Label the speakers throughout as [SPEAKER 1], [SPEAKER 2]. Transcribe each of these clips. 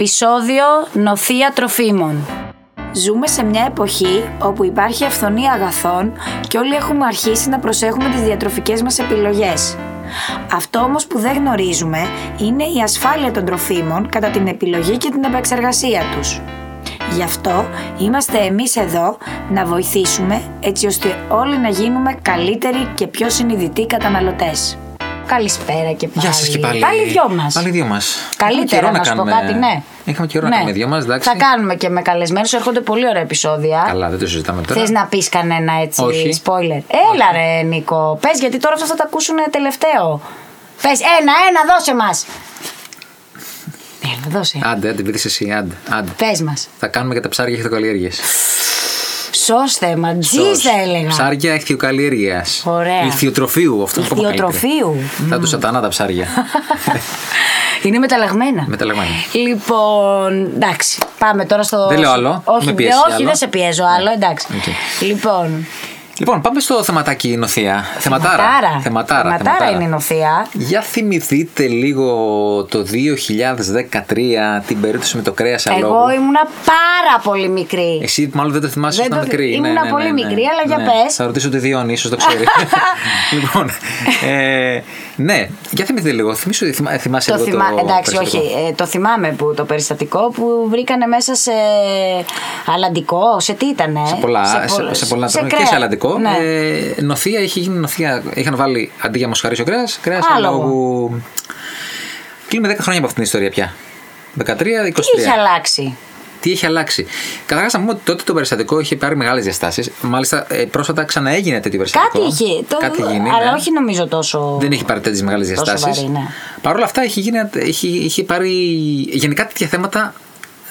[SPEAKER 1] Επισόδιο Νοθεία Τροφίμων.
[SPEAKER 2] Ζούμε σε μια εποχή όπου υπάρχει αυθονία αγαθών και όλοι έχουμε αρχίσει να προσέχουμε τις διατροφικές μας επιλογές. Αυτό όμως που δεν γνωρίζουμε είναι η ασφάλεια των τροφίμων κατά την επιλογή και την επεξεργασία τους. Γι' αυτό είμαστε εμείς εδώ να βοηθήσουμε έτσι ώστε όλοι να γίνουμε καλύτεροι και πιο συνειδητοί καταναλωτές. Καλησπέρα και πάλι.
[SPEAKER 3] Γεια σας και πάλι.
[SPEAKER 2] Πάλι δυο μας.
[SPEAKER 3] Πάλι δυο μας.
[SPEAKER 2] Καλύτερα να, σου πω κάτι, ναι.
[SPEAKER 3] Είχαμε καιρό να
[SPEAKER 2] Ναι.
[SPEAKER 3] κάνουμε δυο μας, εντάξει.
[SPEAKER 2] Θα κάνουμε και με καλεσμένους, έρχονται πολύ ωραία επεισόδια.
[SPEAKER 3] Καλά, δεν το συζητάμε τώρα.
[SPEAKER 2] Θες να πεις κανένα έτσι
[SPEAKER 3] Όχι.
[SPEAKER 2] spoiler. Έλα ρε Νίκο. Πες γιατί τώρα αυτό θα τα ακούσουν τελευταίο. Πες ένα, ένα, δώσε μας. Έλα, δώσε.
[SPEAKER 3] Άντε, άντε, πείτε εσύ, άντε. άντε.
[SPEAKER 2] Πες μας.
[SPEAKER 3] Θα κάνουμε και τα ψάρια χθιοκαλλιέργειε.
[SPEAKER 2] Σως θέμα. Τζι θα έλεγα.
[SPEAKER 3] Ψάρια χθιοκαλλιέργεια.
[SPEAKER 2] Ωραία.
[SPEAKER 3] Ηθιοτροφίου, αυτό είναι ακόμα καλύτερο.
[SPEAKER 2] Ηχθειοτροφίου.
[SPEAKER 3] Θα τους σατανά τα ψάρια.
[SPEAKER 2] Είναι μεταλλαγμένα.
[SPEAKER 3] Μεταλλαγμένα.
[SPEAKER 2] Λοιπόν, εντάξει. Πάμε τώρα στο.
[SPEAKER 3] Δεν λέω άλλο,
[SPEAKER 2] Όχι,
[SPEAKER 3] με
[SPEAKER 2] δεν,
[SPEAKER 3] πιέζει
[SPEAKER 2] όχι,
[SPEAKER 3] άλλο. Ναι.
[SPEAKER 2] δεν σε πιέζω άλλο. Εντάξει.
[SPEAKER 3] Οκ.
[SPEAKER 2] Λοιπόν.
[SPEAKER 3] λοιπόν, πάμε στο θεματάκι νοθεία. Θεματάρα.
[SPEAKER 2] Θεματάρα.
[SPEAKER 3] Θεματάρα,
[SPEAKER 2] Θεματάρα είναι η νοθεία.
[SPEAKER 3] Για θυμηθείτε λίγο το 2013 την περίπτωση με το κρέας αλόγου.
[SPEAKER 2] Εγώ ήμουνα πάρα πολύ μικρή.
[SPEAKER 3] Εσύ μάλλον δεν το θυμάσαι
[SPEAKER 2] Δεν
[SPEAKER 3] όταν
[SPEAKER 2] το θυ-
[SPEAKER 3] μικρή. Ναι,
[SPEAKER 2] ήμουνα πολύ μικρή, αλλά για πες.
[SPEAKER 3] Θα ρωτήσω τη Διόνυ, ίσως το ξέρει. λοιπόν. Ε, ναι, για θυμηθείτε λίγο. Θυμήσου, θυμά, ε, θυμάσαι
[SPEAKER 2] Το
[SPEAKER 3] λίγο.
[SPEAKER 2] θυμά...
[SPEAKER 3] το
[SPEAKER 2] Εντάξει, όχι.
[SPEAKER 3] περιστατικό.
[SPEAKER 2] ε, το θυμάμαι που, το περιστατικό που βρήκανε μέσα σε αλαντικό. Σε τι ήταν,
[SPEAKER 3] Σε πολλά,
[SPEAKER 2] Ε,
[SPEAKER 3] σε, σε, πολλά τρόφιμα και σε αλλαντικό.
[SPEAKER 2] Ναι.
[SPEAKER 3] Ε, νοθεία είχε γίνει νοθεία. Είχαν βάλει αντί για μοσχαρίσιο κρέας, κρέας
[SPEAKER 2] Άλογο.
[SPEAKER 3] αλόγου. Κλείνουμε 10 χρόνια από αυτήν την ιστορία πια. 13-23.
[SPEAKER 2] Τι είχε αλλάξει.
[SPEAKER 3] Τι έχει αλλάξει. Καταρχάς να πούμε ότι τότε το περιστατικό είχε πάρει μεγάλες διαστάσεις. Μάλιστα, ε, πρόσφατα ξαναέγινε τέτοιο περιστατικό.
[SPEAKER 2] Κάτι είχε. Το...
[SPEAKER 3] Κάτι γίνει,
[SPEAKER 2] αλλά
[SPEAKER 3] ναι.
[SPEAKER 2] όχι νομίζω τόσο.
[SPEAKER 3] Δεν έχει πάρει τέτοιες μεγάλες
[SPEAKER 2] Τόσο
[SPEAKER 3] διαστάσεις.
[SPEAKER 2] βαρύ, ναι.
[SPEAKER 3] Παρ' όλα αυτά, έχει, γίνει, έχει, έχει πάρει. Γενικά τέτοια θέματα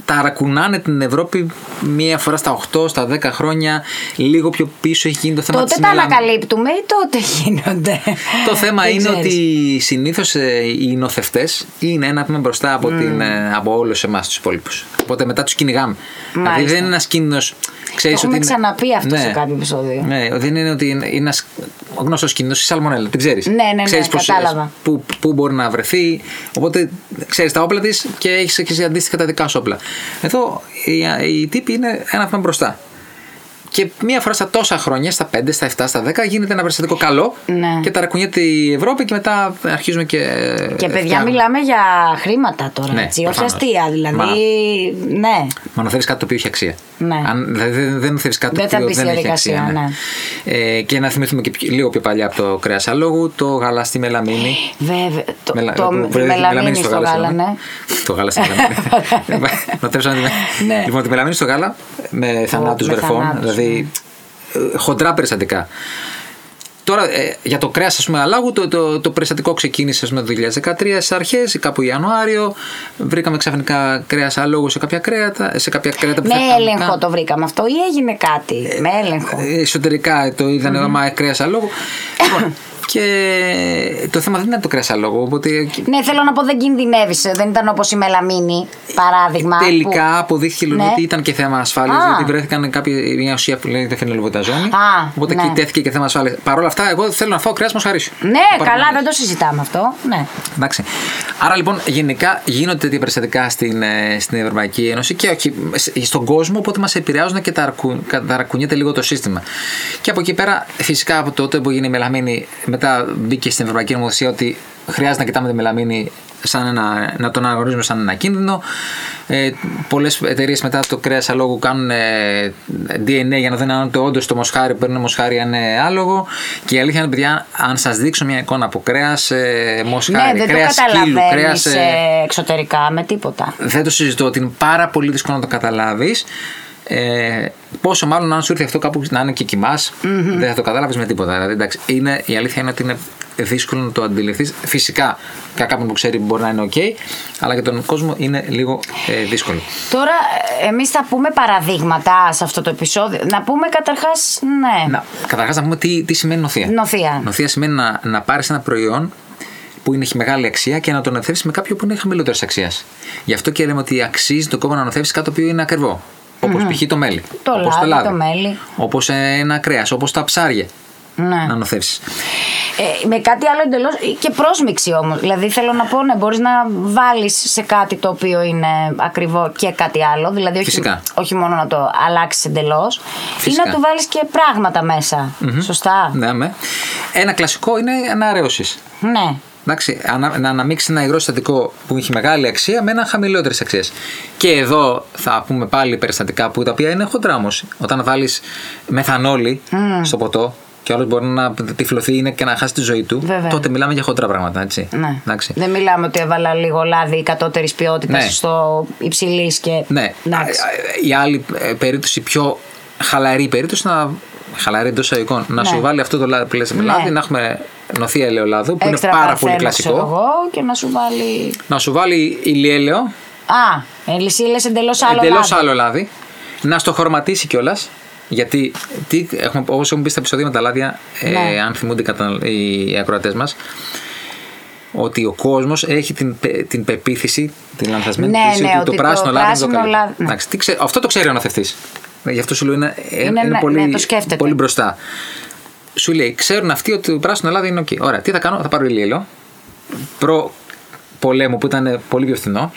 [SPEAKER 3] τα αρακουνάνε την Ευρώπη μία φορά στα 8, στα 10 χρόνια. Λίγο πιο πίσω έχει γίνει το θέμα
[SPEAKER 2] Τότε
[SPEAKER 3] της
[SPEAKER 2] τα
[SPEAKER 3] Μιλάνου.
[SPEAKER 2] ανακαλύπτουμε ή τότε γίνονται.
[SPEAKER 3] Το θέμα
[SPEAKER 2] Δεν
[SPEAKER 3] είναι
[SPEAKER 2] ξέρεις.
[SPEAKER 3] ότι συνήθως οι νοθευτές είναι ένα βήμα μπροστά από, την, ε, από όλους εμάς τους υπόλοιπους. Οπότε μετά τους κυνηγάμε. Δηλαδή
[SPEAKER 2] Μάλιστα.
[SPEAKER 3] δεν είναι ένας κίνδυνος.
[SPEAKER 2] Το
[SPEAKER 3] Ξέρεις
[SPEAKER 2] έχουμε
[SPEAKER 3] ότι είναι-
[SPEAKER 2] ξαναπεί αυτό
[SPEAKER 3] ναι.
[SPEAKER 2] σε κάποιο επεισόδιο.
[SPEAKER 3] Ναι, δεν είναι ότι είναι ένας γνωστός κίνδυνος, η σαλμονέλα, την ξέρεις.
[SPEAKER 2] Ναι, ναι, ναι,
[SPEAKER 3] ξέρεις πώς-
[SPEAKER 2] κατάλαβα.
[SPEAKER 3] Πού, πού μπορεί να βρεθεί. Οπότε ξέρεις τα όπλα της και έχεις και εσύ αντίστοιχα τα δικά σου όπλα. Εδώ οι, οι τύποι είναι ένα βήμα μπροστά. Και μία φορά στα τόσα χρόνια, στα 5, στα 7, στα 10, γίνεται ένα περιστατικό καλό
[SPEAKER 2] Ναι.
[SPEAKER 3] και ταρακουνιέται η Ευρώπη και μετά αρχίζουμε και.
[SPEAKER 2] Και παιδιά,
[SPEAKER 3] φτιάχνουμε.
[SPEAKER 2] μιλάμε για χρήματα τώρα.
[SPEAKER 3] ε, Ναι,
[SPEAKER 2] έτσι, όχι
[SPEAKER 3] προφανώς.
[SPEAKER 2] αστεία. Δηλαδή. Ναι.
[SPEAKER 3] Μα να θέλεις κάτι το οποίο έχει αξία.
[SPEAKER 2] Ναι.
[SPEAKER 3] Αν δεν, δεν, δεν θέλει κάτι
[SPEAKER 2] Δεν
[SPEAKER 3] το
[SPEAKER 2] θα
[SPEAKER 3] οποίο
[SPEAKER 2] μπει
[SPEAKER 3] δεν
[SPEAKER 2] στη
[SPEAKER 3] έχει αξία.
[SPEAKER 2] διαδικασία, ναι.
[SPEAKER 3] Ε, και να θυμηθούμε και πιο- λίγο πιο παλιά από το κρέας αλόγου, το γαλά στη μελαμίνη.
[SPEAKER 2] Βέβαια. Το,
[SPEAKER 3] Μελα-
[SPEAKER 2] το,
[SPEAKER 3] που-
[SPEAKER 2] τη
[SPEAKER 3] που-
[SPEAKER 2] μελαμίνη στο γάλα, ναι.
[SPEAKER 3] Το γάλα στη μελαμίνη. Νοτρέψαμε τη-
[SPEAKER 2] Ναι.
[SPEAKER 3] Λοιπόν, τη μελαμίνη στο γάλα με θανάτους
[SPEAKER 2] με
[SPEAKER 3] βρεφών.
[SPEAKER 2] θανάτους, ναι.
[SPEAKER 3] Δηλαδή ε, χοντρά περιστατικά. Τώρα, ε, για το κρέας, ας πούμε, αλάγου, το, το, το περιστατικό ξεκίνησε ας πούμε, το 2013 στις αρχές, κάπου Ιανουάριο. Βρήκαμε ξαφνικά κρέας αλόγου σε κάποια κρέατα. Σε κάποια κρέατα που
[SPEAKER 2] Με
[SPEAKER 3] θα-
[SPEAKER 2] Ναι, έλεγχο το βρήκαμε αυτό ή έγινε κάτι. με έλεγχο.
[SPEAKER 3] Ε, εσωτερικά το είδανε mm-hmm. μα κρέας αλόγου. λοιπόν, και το θέμα δεν ήταν το κρέα αλόγου. Οπότε ε,
[SPEAKER 2] Ναι, θέλω να πω δεν κινδυνεύει. Δεν ήταν όπως η μελαμίνη, παράδειγμα.
[SPEAKER 3] Τελικά αποδείχθηκε λοιπόν
[SPEAKER 2] Ναι.
[SPEAKER 3] ότι ήταν και θέμα ασφάλειας.
[SPEAKER 2] Α.
[SPEAKER 3] Γιατί βρέθηκαν κάποια, μια ουσία που λέγεται φινελοβοταζόνη.
[SPEAKER 2] Α,
[SPEAKER 3] Οπότε
[SPEAKER 2] ναι.
[SPEAKER 3] εκεί τέθηκε και θέμα ασφάλειας. Παρ' όλα αυτά, εγώ θέλω να φάω κρέας μοσχαρίσιο.
[SPEAKER 2] Που... Ναι, καλά, δεν το συζητάμε αυτό. Ναι.
[SPEAKER 3] Εντάξει. Άρα λοιπόν, γενικά γίνονται τέτοια περιστατικά στην, ε, στην Ευρωπαϊκή Ένωση και όχι, σ- στον κόσμο, οπότε μας επηρεάζουν και ταρακου- καταρακουνιέται λίγο το σύστημα. Και από εκεί πέρα, φυσικά από τότε που έγινε η μελαμίνη, μετά μπήκε στην Ευρωπαϊκή Νομοθεσία ότι χρειάζεται να κοιτάμε τη μελαμίνη σαν ένα, να τον αναγνωρίζουμε σαν ένα κίνδυνο. Ε, Πολλές εταιρείες μετά το κρέας αλόγου κάνουν ε, DNA για να δουν αν το όντως το μοσχάρι που παίρνουν μοσχάρι αν είναι άλογο. Και η αλήθεια είναι, παιδιά, αν σας δείξω μια εικόνα από κρέας, ε, μοσχάρι,
[SPEAKER 2] ναι, δεν το
[SPEAKER 3] κρέας σκύλου,
[SPEAKER 2] καταλαβαίνεις
[SPEAKER 3] κρέας, ε,
[SPEAKER 2] εξωτερικά με τίποτα.
[SPEAKER 3] δεν το συζητώ ότι είναι πάρα πολύ δύσκολο να το καταλάβεις. Ε, πόσο μάλλον αν σου ήρθε αυτό κάπου να είναι και κοιμα δεν θα το κατάλαβε με τίποτα. Δηλαδή, εντάξει, είναι, η αλήθεια είναι ότι είναι δύσκολο να το αντιληφθείς. Φυσικά, για κάποιον που ξέρει μπορεί να είναι οκ, αλλά για τον κόσμο είναι λίγο ε, δύσκολο.
[SPEAKER 2] Τώρα, εμείς θα πούμε παραδείγματα σε αυτό το επεισόδιο. Να πούμε καταρχάς, ναι.
[SPEAKER 3] Να, καταρχάς, να πούμε τι, τι σημαίνει νοθεία.
[SPEAKER 2] Νοθεία.
[SPEAKER 3] Νοθεία σημαίνει να, να πάρεις ένα προϊόν που είναι, έχει μεγάλη αξία και να το νοθεύσεις με κάποιο που είναι χαμηλότερης αξίας. Γι' αυτό και λέμε ότι αξίζει το κόμμα να νοθεύσει κάτι το οποίο είναι ακριβό. Όπως π.χ. το μέλι.
[SPEAKER 2] Το
[SPEAKER 3] όπως
[SPEAKER 2] λάδι, το μέλι.
[SPEAKER 3] Όπως ένα κρέας, όπως τα ψάρια.
[SPEAKER 2] Ναι.
[SPEAKER 3] να νοθεύσεις.
[SPEAKER 2] Ε, με κάτι άλλο εντελώς. και πρόσμηξη όμως. Δηλαδή θέλω να πω, ναι, μπορείς να βάλεις σε κάτι το οποίο είναι ακριβό και κάτι άλλο. Δηλαδή, όχι,
[SPEAKER 3] Φυσικά.
[SPEAKER 2] όχι μόνο να το αλλάξεις εντελώς, ή
[SPEAKER 3] Φυσικά.
[SPEAKER 2] να του βάλεις και πράγματα μέσα. Σωστά.
[SPEAKER 3] Ναι, με. Ένα κλασικό είναι αναρρέωση.
[SPEAKER 2] Ναι.
[SPEAKER 3] Εντάξει, ανα- να αναμίξει ένα υγρό συστατικό που έχει μεγάλη αξία με ένα χαμηλότερη αξία. Και εδώ θα πούμε πάλι περιστατικά που τα οποία είναι χοντρά όμω. Όταν βάλεις μεθανόλη στο ποτό και ο άλλο μπορεί να τυφλωθεί είναι και να χάσει τη ζωή του,
[SPEAKER 2] Βέβαια.
[SPEAKER 3] τότε μιλάμε για χοντρά πράγματα. Έτσι.
[SPEAKER 2] Ναι.
[SPEAKER 3] Εντάξει.
[SPEAKER 2] Δεν μιλάμε ότι έβαλα λίγο λάδι κατώτερης ποιότητας
[SPEAKER 3] Ναι.
[SPEAKER 2] στο υψηλής και.
[SPEAKER 3] Ναι.
[SPEAKER 2] Εντάξει.
[SPEAKER 3] Η άλλη ε, περίπτωση, πιο χαλαρή περίπτωση, να χαλαρή εντός εικόν, να
[SPEAKER 2] Ναι.
[SPEAKER 3] σου βάλει αυτό το λάδι που λες με
[SPEAKER 2] Ναι.
[SPEAKER 3] λάδι, να έχουμε νοθεία ελαιολάδου, που
[SPEAKER 2] Έξτρα
[SPEAKER 3] είναι πάρα
[SPEAKER 2] παρθένο,
[SPEAKER 3] πολύ
[SPEAKER 2] ξέρω
[SPEAKER 3] κλασικό.
[SPEAKER 2] εγώ και να σου βάλει.
[SPEAKER 3] Να σου βάλει ηλιέλαιο,
[SPEAKER 2] Α, ε, ελισίλε εντελώς άλλο.
[SPEAKER 3] εντελώς
[SPEAKER 2] λάδι.
[SPEAKER 3] άλλο λάδι, να στο χρωματίσει κιόλας. Γιατί, τι, έχουμε, όπως έχουμε πει στα επεισόδια με τα λάδια,
[SPEAKER 2] Ναι.
[SPEAKER 3] ε, αν θυμούνται οι καταναλ- οι ακροατές μας, ότι ο κόσμος έχει την, πε- την πεποίθηση, την λανθασμένη
[SPEAKER 2] Ναι,
[SPEAKER 3] πεποίθηση,
[SPEAKER 2] ναι,
[SPEAKER 3] ότι,
[SPEAKER 2] ότι
[SPEAKER 3] το πράσινο
[SPEAKER 2] το
[SPEAKER 3] λάδι είναι το
[SPEAKER 2] πράσινο
[SPEAKER 3] καλό.
[SPEAKER 2] λάδι, ναι.
[SPEAKER 3] Εντάξει, τι ξέ- αυτό το ξέρει ο αναθευτής. Γι' αυτό σου λέω είναι, ε,
[SPEAKER 2] Είναι
[SPEAKER 3] είναι,
[SPEAKER 2] ένα-
[SPEAKER 3] πολύ,
[SPEAKER 2] ναι, το σκέφτεται.
[SPEAKER 3] πολύ μπροστά. Σου λέει, ξέρουν αυτοί ότι το πράσινο λάδι είναι οκ. Ωραία, τι θα κάνω, θα πάρω ηλιέλαιο, προ πολέμου που ήταν ε, πολύ πιο φθηνό.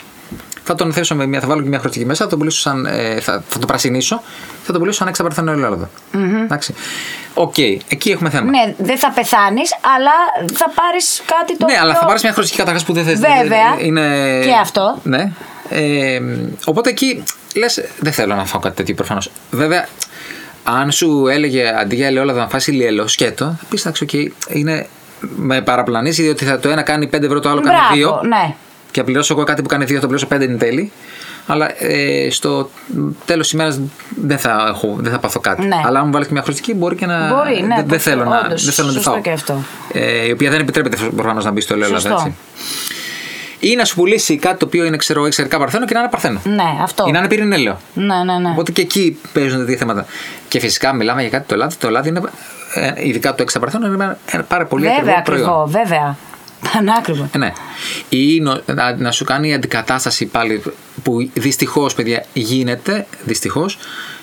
[SPEAKER 3] Θα τον θέσω με μια, θα βάλω και μια χρωστική μέσα, θα, τον πουλήσω σαν, ε, θα, θα το πρασινίσω, θα τον πουλήσω σαν έξα παρθένο ελαιόλαδο. Εντάξει. Οκ, εκεί έχουμε θέμα.
[SPEAKER 2] Ναι, δεν θα πεθάνεις, αλλά θα πάρεις κάτι το.
[SPEAKER 3] Ναι, αλλά
[SPEAKER 2] πιο-
[SPEAKER 3] θα πάρεις μια χρωστική καταρχά που δεν θες.
[SPEAKER 2] Βέβαια.
[SPEAKER 3] Είναι...
[SPEAKER 2] Και αυτό.
[SPEAKER 3] Ναι. Ε, οπότε εκεί λες, δεν θέλω να φάω κάτι τέτοιο προφανώς. Βέβαια, αν σου έλεγε αντί για ελαιόλαδο να φας ηλιέλαιο σκέτο, θα πεις εντάξει, οκ, είναι με παραπλανήσει διότι θα το ένα κάνει 5 ευρώ, το άλλο
[SPEAKER 2] Μπράβο,
[SPEAKER 3] κάνει 2.
[SPEAKER 2] ναι.
[SPEAKER 3] Και πληρώσω εγώ κάτι που κάνει 2, θα το πληρώσω 5 εν τέλει. Αλλά ε, στο τέλος της ημέρας δεν, θα έχω- δεν θα πάθω κάτι.
[SPEAKER 2] Ναι.
[SPEAKER 3] Αλλά αν μου βάλεις και μια χρωστική μπορεί και να.
[SPEAKER 2] Μπορεί, ναι,
[SPEAKER 3] δεν, δεν θέλω να,
[SPEAKER 2] όντως,
[SPEAKER 3] δεν θέλω να τη
[SPEAKER 2] σωστό
[SPEAKER 3] φάω.
[SPEAKER 2] και αυτό.
[SPEAKER 3] Ε, η οποία δεν επιτρέπεται προφανώς να μπει στο ελαιόλαδο.
[SPEAKER 2] Σωστό.
[SPEAKER 3] Έτσι. Ή να σου πουλήσει κάτι το οποίο είναι ξέρω, εξαιρετικά παρθένο και να είναι παρθένο.
[SPEAKER 2] Ναι, αυτό.
[SPEAKER 3] Ή να είναι πυρηνέλαιο.
[SPEAKER 2] Ναι, ναι, ναι.
[SPEAKER 3] Οπότε και εκεί παίζουν τέτοια θέματα. Και φυσικά μιλάμε για κάτι το λάδι. Το λάδι είναι, ε, ειδικά το έξα παρθένο, είναι ένα- ένα πάρα πολύ
[SPEAKER 2] Βέβαια,
[SPEAKER 3] ακριβό προϊόν.
[SPEAKER 2] ακριβό, βέβαια. Πανάκριβο.
[SPEAKER 3] Ε, Ναι. Ή νο- να, να σου κάνει αντικατάσταση πάλι που δυστυχώς, παιδιά, γίνεται δυστυχώς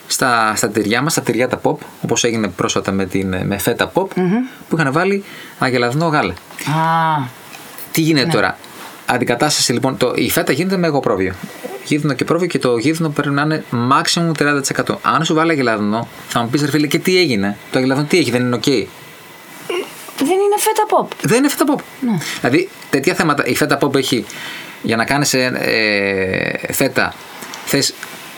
[SPEAKER 3] στα, στα τυριά μας, στα τυριά τα pop, όπως έγινε πρόσφατα με, την, με φέτα pop, που είχαν βάλει αγελαδινό γάλα.
[SPEAKER 2] Α,
[SPEAKER 3] Τι γίνεται τώρα. Αντικατάσταση λοιπόν, το, η φέτα γίνεται με εγωπρόβιο. Γίδινο και πρόβιο και το γίδινο πρέπει να είναι maximum 30%. Αν σου βάλει αγελαδινό, θα μου πεις ρε φίλε, και τι έγινε. Το αγελαδινό τι έχει, δεν είναι οκ.
[SPEAKER 2] δεν είναι φέτα pop.
[SPEAKER 3] Δεν είναι φέτα pop.
[SPEAKER 2] Ναι.
[SPEAKER 3] Δηλαδή, τέτοια θέματα. Η φέτα pop έχει για να κάνεις ε, ε, φέτα, θες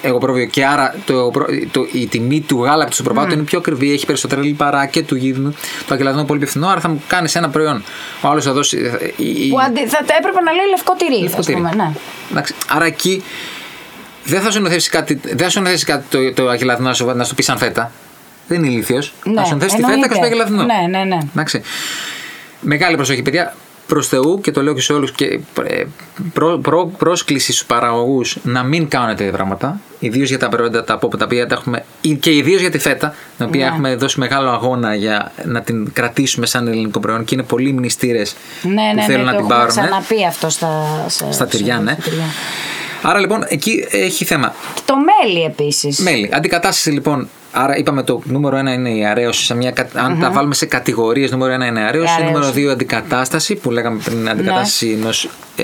[SPEAKER 3] εγωπρόβιο και άρα το, εγωπρό- το, η τιμή του γάλακτο του
[SPEAKER 2] Ναι.
[SPEAKER 3] προπάτου είναι πιο ακριβή, έχει περισσότερα λιπαρά και του γίδινου. Το αγελαδινό είναι πολύ πιο φθηνό, άρα θα μου κάνεις ένα προϊόν. Ο άλλος θα δώσει. ε, η- η-
[SPEAKER 2] Που αντί, θα τα έπρεπε να λέει λευκό τυρί.
[SPEAKER 3] Λευκό
[SPEAKER 2] ας
[SPEAKER 3] τυρί.
[SPEAKER 2] πούμε, ναι.
[SPEAKER 3] Εντάξει, άρα εκεί δεν θα σου νοθεύσει κάτι, δεν θα σου νοθεύσει κάτι το, το αγελαδινό να σου, να σου πει σαν φέτα. Δεν είναι ηλίθιος.
[SPEAKER 2] Ναι,
[SPEAKER 3] να σου νοθεύσει τη φέτα και
[SPEAKER 2] εννοείται.
[SPEAKER 3] στο αγελαδινό.
[SPEAKER 2] Ναι, ναι, ναι.
[SPEAKER 3] Εντάξει. Μεγάλη προσοχή, παιδιά. Προς Θεού και το λέω και σε όλους και ε, προ, προ- πρόσκληση στους παραγωγούς να μην κάνουν τέτοια πράγματα. Ιδίως για τα προϊόντα τα pop, τα οποία τα έχουμε. και ιδίως για τη φέτα, την οποία
[SPEAKER 2] Ναι.
[SPEAKER 3] έχουμε δώσει μεγάλο αγώνα για να την κρατήσουμε σαν ελληνικό προϊόν και είναι πολλοί μνηστήρες
[SPEAKER 2] Ναι, ναι,
[SPEAKER 3] που
[SPEAKER 2] ναι,
[SPEAKER 3] θέλουν
[SPEAKER 2] το
[SPEAKER 3] να την
[SPEAKER 2] έχουμε
[SPEAKER 3] πάρουν. ε.
[SPEAKER 2] ξαναπεί αυτό στα, σε-
[SPEAKER 3] Στα τυριά,
[SPEAKER 2] σε-
[SPEAKER 3] ναι.
[SPEAKER 2] στα τυριά.
[SPEAKER 3] Άρα λοιπόν εκεί έχει θέμα.
[SPEAKER 2] Και το μέλι επίσης.
[SPEAKER 3] Μέλη. Αντικατάσταση λοιπόν. Άρα είπαμε το νούμερο ένα είναι η αρέωση. Σε μια, κα- αν τα βάλουμε σε κατηγορίες, νούμερο ένα είναι η αρέωση.
[SPEAKER 2] Η
[SPEAKER 3] Νούμερο
[SPEAKER 2] αρέωση.
[SPEAKER 3] δύο αντικατάσταση που λέγαμε πριν, αντικατάσταση ναι. ενός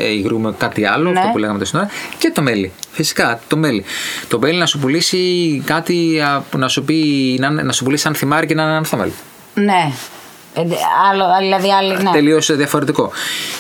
[SPEAKER 3] υγρού με κάτι άλλο,
[SPEAKER 2] Ναι.
[SPEAKER 3] αυτό που λέγαμε τώρα. Και το μέλι. Φυσικά το μέλι. Το μέλι να σου πουλήσει κάτι α, που να σου, πει, να, είναι- να σου πουλήσει σαν θυμάρι και να είναι ανθό μέλι.
[SPEAKER 2] Ναι. Ε, δε- άλλο, δηλαδή άλλη. Ναι.
[SPEAKER 3] Τελείω ε, διαφορετικό.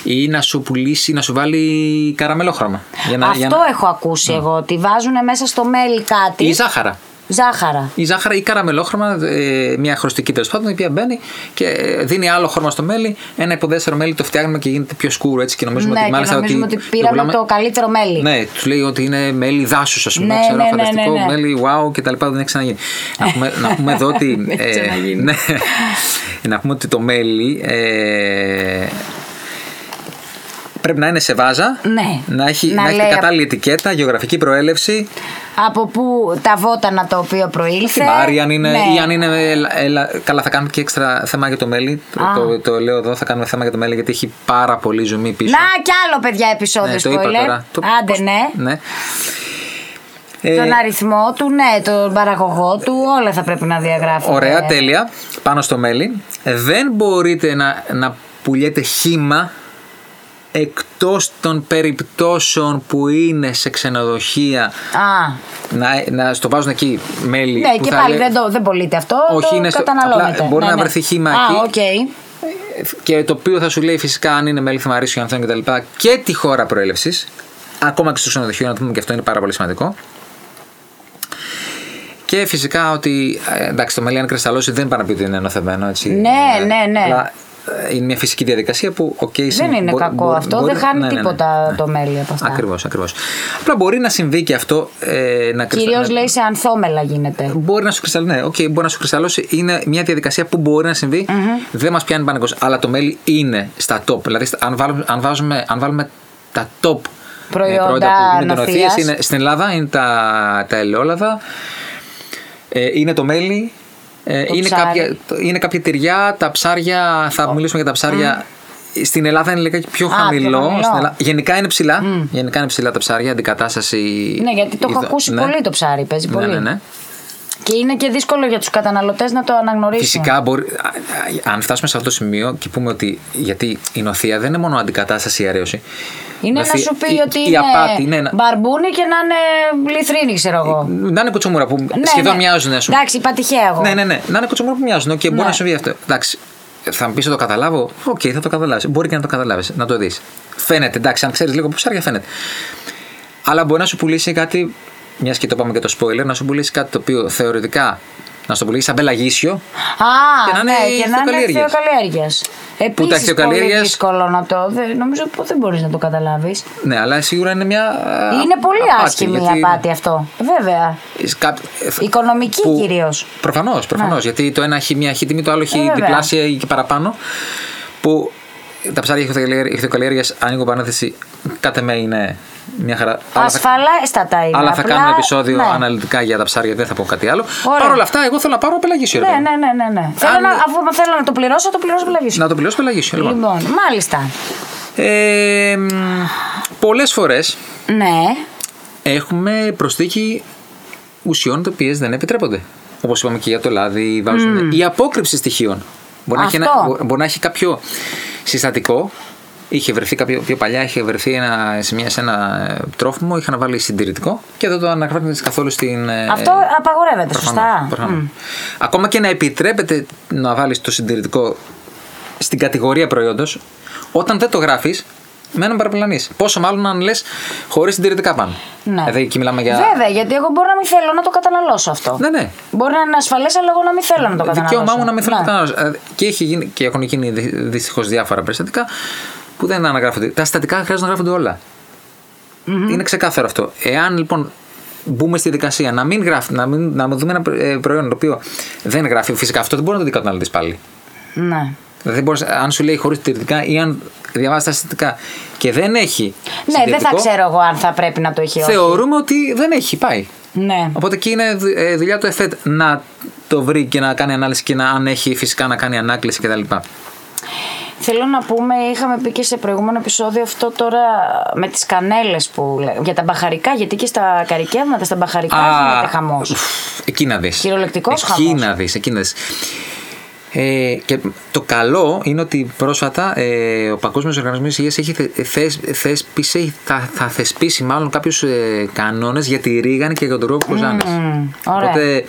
[SPEAKER 3] Ή να σου πουλήσει, να σου βάλει καραμελό χρώμα. Για να, για
[SPEAKER 2] Αυτό
[SPEAKER 3] να... Ναι.
[SPEAKER 2] έχω ακούσει εγώ. Ότι βάζουν μέσα στο μέλι κάτι.
[SPEAKER 3] Ή ζάχαρα.
[SPEAKER 2] Ζάχαρα.
[SPEAKER 3] Η ζάχαρα ή καραμελόχρωμα, ε, μια χρωστική τέλος πάντων, η οποία μπαίνει και ε, δίνει άλλο χρώμα στο μέλι. Ένα υποδέστερο μέλι το φτιάχνουμε και γίνεται πιο σκούρο έτσι και νομίζουμε
[SPEAKER 2] ναι,
[SPEAKER 3] ότι
[SPEAKER 2] και
[SPEAKER 3] μάλιστα.
[SPEAKER 2] νομίζουμε ότι, πήραμε
[SPEAKER 3] πουλάμε-
[SPEAKER 2] το καλύτερο μέλι.
[SPEAKER 3] Ναι, τους λέει ότι είναι μέλι δάσους, ας πούμε.
[SPEAKER 2] Ναι,
[SPEAKER 3] ξέρω,
[SPEAKER 2] ναι, ναι,
[SPEAKER 3] φανταστικό
[SPEAKER 2] ναι, ναι.
[SPEAKER 3] μέλι, wow και τα λοιπά. Δεν έχει ξαναγίνει. να, πούμε, να πούμε εδώ ότι.
[SPEAKER 2] Δεν έχει ξαναγίνει.
[SPEAKER 3] ναι, να πούμε ότι το μέλι. Ε, πρέπει να είναι σε βάζα,
[SPEAKER 2] Ναι.
[SPEAKER 3] να έχει,
[SPEAKER 2] Να
[SPEAKER 3] να έχει
[SPEAKER 2] λέει-
[SPEAKER 3] την κατάλληλη ετικέτα, γεωγραφική προέλευση,
[SPEAKER 2] Από πού τα βότανα τα οποία προήλθε.
[SPEAKER 3] Θυμάρι, αν είναι,
[SPEAKER 2] Ναι.
[SPEAKER 3] ή αν είναι. ελα- ελα- καλά, θα κάνουμε και έξτρα θέμα για το μέλι.
[SPEAKER 2] Α.
[SPEAKER 3] Το, το λέω εδώ, θα κάνουμε θέμα για το μέλι γιατί έχει πάρα πολύ ζουμί πίσω.
[SPEAKER 2] Να κι άλλο παιδιά επεισόδιο
[SPEAKER 3] Ναι, το είπα
[SPEAKER 2] spoiler.
[SPEAKER 3] τώρα. Το-
[SPEAKER 2] Άντε ναι.
[SPEAKER 3] Ναι. Ε,
[SPEAKER 2] Τον αριθμό του, ναι, τον παραγωγό του, όλα θα πρέπει να διαγράφουν.
[SPEAKER 3] Ωραία, τέλεια. Πάνω στο μέλι. Δεν μπορείτε να, να πουλιέτε χήμα εκτός των περιπτώσεων που είναι σε ξενοδοχεία
[SPEAKER 2] Α,
[SPEAKER 3] να, να στο βάζουν εκεί μέλι
[SPEAKER 2] ναι,
[SPEAKER 3] που
[SPEAKER 2] και
[SPEAKER 3] θα
[SPEAKER 2] πάλι
[SPEAKER 3] λέ-
[SPEAKER 2] δεν, το, δεν πωλείται αυτό.
[SPEAKER 3] Όχι,
[SPEAKER 2] το
[SPEAKER 3] είναι στο-
[SPEAKER 2] καταναλώνεται.
[SPEAKER 3] απλά μπορεί
[SPEAKER 2] Ναι,
[SPEAKER 3] να
[SPEAKER 2] ναι.
[SPEAKER 3] βρεθεί χήμα
[SPEAKER 2] Α,
[SPEAKER 3] εκεί.
[SPEAKER 2] οκ.
[SPEAKER 3] και το οποίο θα σου λέει φυσικά αν είναι μέλη θυμαρίσιο, ανθών κτλ. και τη χώρα προέλευσης. Ακόμα και στο ξενοδοχείο, να το πούμε και αυτό είναι πάρα πολύ σημαντικό. Και φυσικά ότι ε, εντάξει, το μέλι αν κρυσταλλώσει δεν πάνε να πει ότι είναι ενωθεμένο. Έτσι,
[SPEAKER 2] Ναι, ναι, ναι.
[SPEAKER 3] Αλλά ε, είναι μια φυσική διαδικασία που οκ,
[SPEAKER 2] Δεν είναι κακό αυτό, δεν χάνει
[SPEAKER 3] ναι,
[SPEAKER 2] τίποτα το μέλι από αυτά.
[SPEAKER 3] Ακριβώς, ακριβώς. Απλά μπορεί να συμβεί και αυτό ε, να κρυστα-
[SPEAKER 2] Κυρίω
[SPEAKER 3] να-
[SPEAKER 2] λέει σε ανθόμελα γίνεται.
[SPEAKER 3] Μπορεί να σου κρυσταλλώσει. Ναι, οκ, μπορεί να σου κρυσταλλώσει. Είναι μια διαδικασία που μπορεί να συμβει Δεν μας πιάνει πανικός. Αλλά το μέλι είναι στα top. Δηλαδή, στα- αν βάλουμε, αν βάζουμε, αν βάλουμε τα top
[SPEAKER 2] Προϊόντα
[SPEAKER 3] ε, που γίνονται
[SPEAKER 2] νοθείας.
[SPEAKER 3] νοθείες, είναι στην Ελλάδα είναι τα, τα ελαιόλαδα, ε, είναι το μέλι, ε,
[SPEAKER 2] Το
[SPEAKER 3] είναι,
[SPEAKER 2] ψάρι.
[SPEAKER 3] κάποια, το- είναι κάποια τυριά, τα ψάρια. Θα μιλήσουμε για τα ψάρια. Στην Ελλάδα είναι λίγα πιο
[SPEAKER 2] πιο
[SPEAKER 3] χαμηλό.
[SPEAKER 2] χαμηλό.
[SPEAKER 3] στην Ελλάδα- γενικά είναι ψηλά. Γενικά είναι ψηλά τα ψάρια, αντικατάσταση.
[SPEAKER 2] Ναι, γιατί το έχω
[SPEAKER 3] ειδο-
[SPEAKER 2] ακούσει
[SPEAKER 3] ναι.
[SPEAKER 2] πολύ το ψάρι, παίζει
[SPEAKER 3] Ναι,
[SPEAKER 2] πολύ.
[SPEAKER 3] ναι, ναι.
[SPEAKER 2] Και είναι και δύσκολο για τους καταναλωτές να το αναγνωρίσουν.
[SPEAKER 3] Φυσικά, μπορεί, α- α- αν φτάσουμε σε αυτό το σημείο και πούμε ότι. Γιατί η νοθεία δεν είναι μόνο αντικατάσταση ή αρέωση.
[SPEAKER 2] Είναι να
[SPEAKER 3] Νοθεία-
[SPEAKER 2] σου πει
[SPEAKER 3] η-
[SPEAKER 2] ότι
[SPEAKER 3] η
[SPEAKER 2] είναι
[SPEAKER 3] απάτη, ναι, να-
[SPEAKER 2] μπαρμπούνι και να είναι λιθρίνη, ξέρω εγώ.
[SPEAKER 3] Να είναι κουτσομούρα που
[SPEAKER 2] Ναι,
[SPEAKER 3] Ε, σχεδόν
[SPEAKER 2] ναι.
[SPEAKER 3] μοιάζουν, ας πούμε.
[SPEAKER 2] Εντάξει, είπα τυχαία εγώ. Ναι.
[SPEAKER 3] Ναι, ναι, ναι. Να είναι κουτσομούρα που μοιάζουν. Okay, Μπορεί να σου βγει αυτό. Εντάξει. Θα μου πεις, το καταλάβω. Οκ, θα το καταλάβεις. Μπορεί και να το καταλάβεις, να το δεις. Φαίνεται, εντάξει, αν ξέρεις λίγο από ψάρια, φαίνεται. Αλλά μπορεί να σου πουλήσει κάτι. Μιας και το πάμε και το spoiler, να σου πουλήσει κάτι το οποίο θεωρητικά να σου το πουλήσει σαν πελαγίσιο.
[SPEAKER 2] Α,
[SPEAKER 3] Και να είναι
[SPEAKER 2] ναι, και να
[SPEAKER 3] οι
[SPEAKER 2] είναι
[SPEAKER 3] θεοκαλλιέργειες.
[SPEAKER 2] θεοκαλλιέργειες.
[SPEAKER 3] Που τα
[SPEAKER 2] Επίσης πολύ
[SPEAKER 3] θεοκαλλιέργειες-
[SPEAKER 2] δύσκολο να το. δεν- νομίζω ότι δεν μπορείς να το καταλάβεις.
[SPEAKER 3] Ναι, αλλά σίγουρα είναι μια. α,
[SPEAKER 2] Είναι πολύ
[SPEAKER 3] απάτη,
[SPEAKER 2] άσχημη η
[SPEAKER 3] γιατί-
[SPEAKER 2] απάτη αυτό. Βέβαια.
[SPEAKER 3] Κά-
[SPEAKER 2] Οικονομική
[SPEAKER 3] που-
[SPEAKER 2] κυρίως.
[SPEAKER 3] Προφανώς, προφανώς. Γιατί το ένα έχει μια χή τιμή, το άλλο έχει
[SPEAKER 2] Ε, βέβαια.
[SPEAKER 3] διπλάσια ή και παραπάνω. Που τα ψάρια ηχθοκαλλιέργεια, ανοίγω παρένθεση, κατά με είναι μια χαρά. Αλλά θα-
[SPEAKER 2] Ασφαλέστατα είναι.
[SPEAKER 3] Αλλά θα
[SPEAKER 2] απλά,
[SPEAKER 3] κάνουμε επεισόδιο
[SPEAKER 2] ναι.
[SPEAKER 3] αναλυτικά για τα ψάρια, δεν θα πω κάτι άλλο.
[SPEAKER 2] Ωραία.
[SPEAKER 3] Παρ' όλα αυτά, εγώ θέλω να πάρω πελαγίσιο. λοιπόν. ρε
[SPEAKER 2] Ναι,
[SPEAKER 3] παιδί μου.
[SPEAKER 2] ναι, ναι, ναι. ναι. Θέλω να, αφού θέλω να το πληρώσω, το πληρώσω πλαγίσιο.
[SPEAKER 3] Να το πληρώσω πελαγίσιο. Λοιπόν.
[SPEAKER 2] Λοιπόν, μάλιστα.
[SPEAKER 3] Ε, Πολλές φορές
[SPEAKER 2] Ναι.
[SPEAKER 3] έχουμε προσθήκη ουσιών οι οποίε δεν επιτρέπονται. Όπως είπαμε και για το λάδι, βάζουν. Η απόκρυψη στοιχείων. Μπορεί να, έχει ένα,
[SPEAKER 2] Αυτό.
[SPEAKER 3] μπο- μπορεί να έχει κάποιο συστατικό. Είχε βρεθεί κάποιο, πιο παλιά, είχε βρεθεί ένα, σε, μια, σε ένα ε, τρόφιμο, είχαν βάλει συντηρητικό και δεν το αναγράφηκε καθόλου στην. ε,
[SPEAKER 2] Αυτό απαγορεύεται,
[SPEAKER 3] προφανώς,
[SPEAKER 2] σωστά.
[SPEAKER 3] προφανώς.
[SPEAKER 2] Μμ.
[SPEAKER 3] Ακόμα και να επιτρέπεται να βάλεις το συντηρητικό στην κατηγορία προϊόντος, όταν δεν το γράφεις, μένουν παραπλανείς. Πόσο μάλλον αν λες χωρίς συντηρητικά πάνω.
[SPEAKER 2] Ναι.
[SPEAKER 3] Δηλαδή εκεί μιλάμε για.
[SPEAKER 2] Βέβαια, γιατί εγώ μπορώ να μην θέλω να το καταναλώσω αυτό.
[SPEAKER 3] Ναι, ναι.
[SPEAKER 2] Μπορεί να είναι ασφαλές, αλλά εγώ να μην θέλω να το καταναλώσω.
[SPEAKER 3] Δικαίωμά μου να μην θέλω
[SPEAKER 2] Ναι.
[SPEAKER 3] να το καταναλώσω. Ε, Και, έχει γίνει, και έχουν γίνει δυστυχώς διάφορα περιστατικά που δεν αναγράφονται. Τα συστατικά χρειάζεται να γράφονται όλα. Είναι ξεκάθαρο αυτό. Εάν λοιπόν μπούμε στη δικασία να μην, γράφει, να μην, να δούμε ένα ε, προϊόν το οποίο δεν γράφει, φυσικά αυτό δεν μπορεί να το δει καταναλωτή πάλι.
[SPEAKER 2] Ναι.
[SPEAKER 3] Δηλαδή, μπορείς, αν σου λέει χωρίς συντηρητικά ή αν διαβάζεις τα συντηρητικά και δεν έχει.
[SPEAKER 2] Ναι, δεν θα
[SPEAKER 3] συντηρητικό,
[SPEAKER 2] ξέρω εγώ αν θα πρέπει να το έχει όχι.
[SPEAKER 3] Θεωρούμε ότι δεν έχει, πάει.
[SPEAKER 2] Ναι.
[SPEAKER 3] Οπότε εκεί είναι δου- ε, δουλειά του ΕΦΕΤ να το βρει και να κάνει ανάλυση και να, αν έχει φυσικά να κάνει ανάκληση κτλ.
[SPEAKER 2] Θέλω να πούμε, είχαμε πει και σε προηγούμενο επεισόδιο αυτό τώρα με τις κανέλες που λέ- για τα μπαχαρικά, γιατί και στα καρικεύματα, στα μπαχαρικά γίνεται χαμός.
[SPEAKER 3] ουφ, Εκεί να δεις.
[SPEAKER 2] Κυριολεκτικός
[SPEAKER 3] Εκεί
[SPEAKER 2] χαμός.
[SPEAKER 3] να δεις. Εκεί να δεις. Ε, και το καλό είναι ότι πρόσφατα ε, ο Παγκόσμιος Οργανισμός Υγείας έχει θε- θεσ, θεσπίσει, έχει- θα, θα θεσπίσει μάλλον κάποιους ε, κανόνες για τη ρίγανη και για τον τρόπο κοζάνης.
[SPEAKER 2] ωραία.
[SPEAKER 3] Οπότε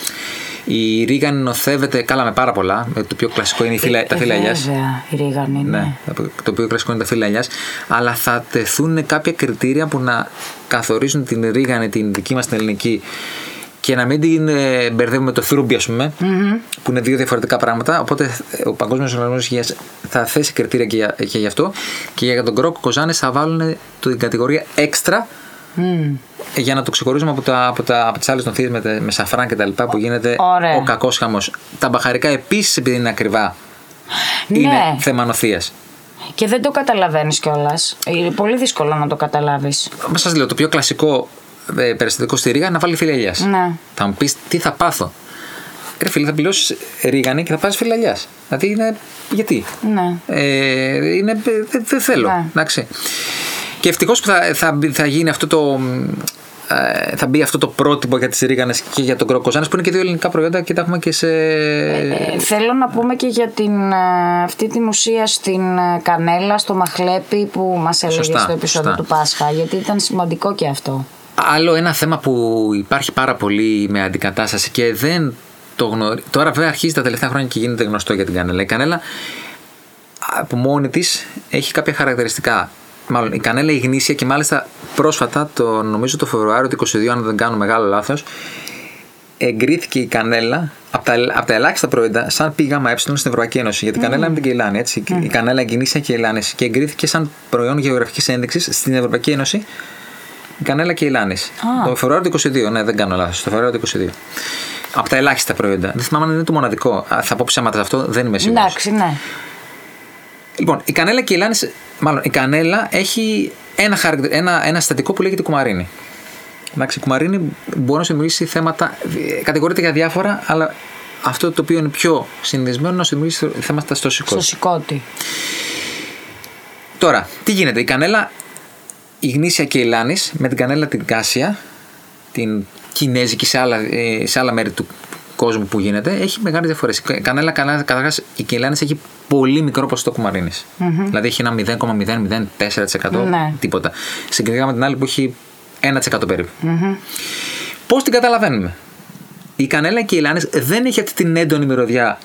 [SPEAKER 3] η ρίγανη νοθεύεται, καλά με πάρα πολλά, ε, το πιο κλασικό είναι η φύλλα- τα
[SPEAKER 2] Ε,
[SPEAKER 3] φύλλα ελιάς.
[SPEAKER 2] Βέβαια, η ρίγανη, ναι.
[SPEAKER 3] Ναι, το οποίο κλασικό είναι τα φύλλα ελιάς, αλλά θα τεθούν κάποια κριτήρια που να καθορίζουν την ρίγανη, την δική μας την ελληνική και να μην την ε, μπερδεύουμε με το θρούμπι, ας πουμε που είναι δύο διαφορετικά πράγματα. Οπότε ε, ο Παγκόσμιος Οργανισμός Υγείας θα θέσει κριτήρια και για, και γι' αυτό και για τον κρόκο κοζάνες θα βάλουν την κατηγορία έξτρα για να το ξεχωρίζουμε από, τα, από, τα, από τις άλλες νοθείες με, τα- με σαφράν και τα λοιπά που γίνεται
[SPEAKER 2] Ωραία.
[SPEAKER 3] ο κακός χαμός. Τα μπαχαρικά επίσης επειδή είναι ακριβά
[SPEAKER 2] Ναι.
[SPEAKER 3] είναι θέμα νοθείας.
[SPEAKER 2] Και δεν το καταλαβαίνεις κιόλας. Είναι πολύ δύσκολο να το καταλάβεις.
[SPEAKER 3] Μα σας λέω, το πιο κλασικό ε, περιστατικό στη Ρίγα είναι να βάλει φύλλα ελιάς.
[SPEAKER 2] Ναι.
[SPEAKER 3] Θα μου πεις τι θα πάθω. Ρε φίλε, θα πληρώσεις ρίγανη και θα πάρεις φύλλα ελιάς. Δηλαδή είναι. Γιατί.
[SPEAKER 2] Ναι.
[SPEAKER 3] Ε, είναι, ε, δεν δεν θέλω.
[SPEAKER 2] Ναι.
[SPEAKER 3] Εντάξει. Και ευτυχώς που θα, θα, μπει- θα γίνει αυτό το. μ, ε, θα μπει αυτό το πρότυπο για τις ρίγανες και για τον κροκοζάνη, που είναι και δύο ελληνικά προϊόντα και τα έχουμε και σε.
[SPEAKER 2] Ε, θέλω να πούμε και για την, ε, αυτή την ουσία στην ε, κανέλα, στο μαχλέπι που μας έλεγε
[SPEAKER 3] Σωστά,
[SPEAKER 2] στο επεισόδιο
[SPEAKER 3] σωστά.
[SPEAKER 2] του Πάσχα, γιατί ήταν σημαντικό και αυτό.
[SPEAKER 3] Άλλο ένα θέμα που υπάρχει πάρα πολύ με αντικατάσταση και δεν το γνωρίζει. Τώρα βέβαια αρχίζει τα τελευταία χρόνια και γίνεται γνωστό για την κανέλα. Η κανέλα από μόνη της έχει κάποια χαρακτηριστικά. Μάλλον η κανέλα η γνήσια και μάλιστα πρόσφατα, το, νομίζω το Φεβρουάριο του 22, αν δεν κάνω μεγάλο λάθος, εγκρίθηκε η κανέλα από τα, απ' τα ελάχιστα προϊόντα σαν πήγαμα ε στην Ευρωπαϊκή Ένωση. Γιατί η κανέλα είναι την κελάνη, έτσι. Η κανέλα εγκινήσια και η ελάνης. Και εγκρίθηκε σαν προϊόν γεωγραφικής ένδειξης στην Ευρωπαϊκή Ένωση η Κανέλα και η Λάνη. Το Φεβρουάριο του 22, ναι, δεν κάνω λάθος. Το Φεβρουάριο του 22. Από τα ελάχιστα προϊόντα. Δεν θυμάμαι αν είναι το μοναδικό. Α, θα πω ψέματα σε αυτό, δεν είμαι σίγουρος.
[SPEAKER 2] Εντάξει, ναι.
[SPEAKER 3] Λοιπόν, η Κανέλα και η Λάνη. Μάλλον, η Κανέλα έχει ένα, χαρακτε- ένα, ένα συστατικό που λέγεται κουμαρίνη. Εντάξει, η κουμαρίνη μπορεί να σου δημιουργήσει θέματα. δι- Κατηγορείται για διάφορα, αλλά αυτό το οποίο είναι πιο συνηθισμένο είναι να σου δημιουργήσει θέματα στο σηκώτη.
[SPEAKER 2] Στο σηκώτη.
[SPEAKER 3] Τώρα, τι γίνεται. Η κανέλα, η γνήσια και η λάνης, με την κανέλα την κάσια, την κινέζικη σε άλλα, ε, σε άλλα μέρη του κόσμου που γίνεται, έχει μεγάλες διαφορές. Η κανέλα, κανέλα καταρχάς, η κελάνης έχει πολύ μικρό ποσοστό κουμαρίνης. Δηλαδή έχει ένα 0,004%
[SPEAKER 2] Ναι.
[SPEAKER 3] τίποτα. Συγκριτικά με την άλλη που έχει 1% περίπου. Πώς την καταλαβαίνουμε. Η κανέλα και η λάνης δεν έχει αυτή την έντονη μυρωδιά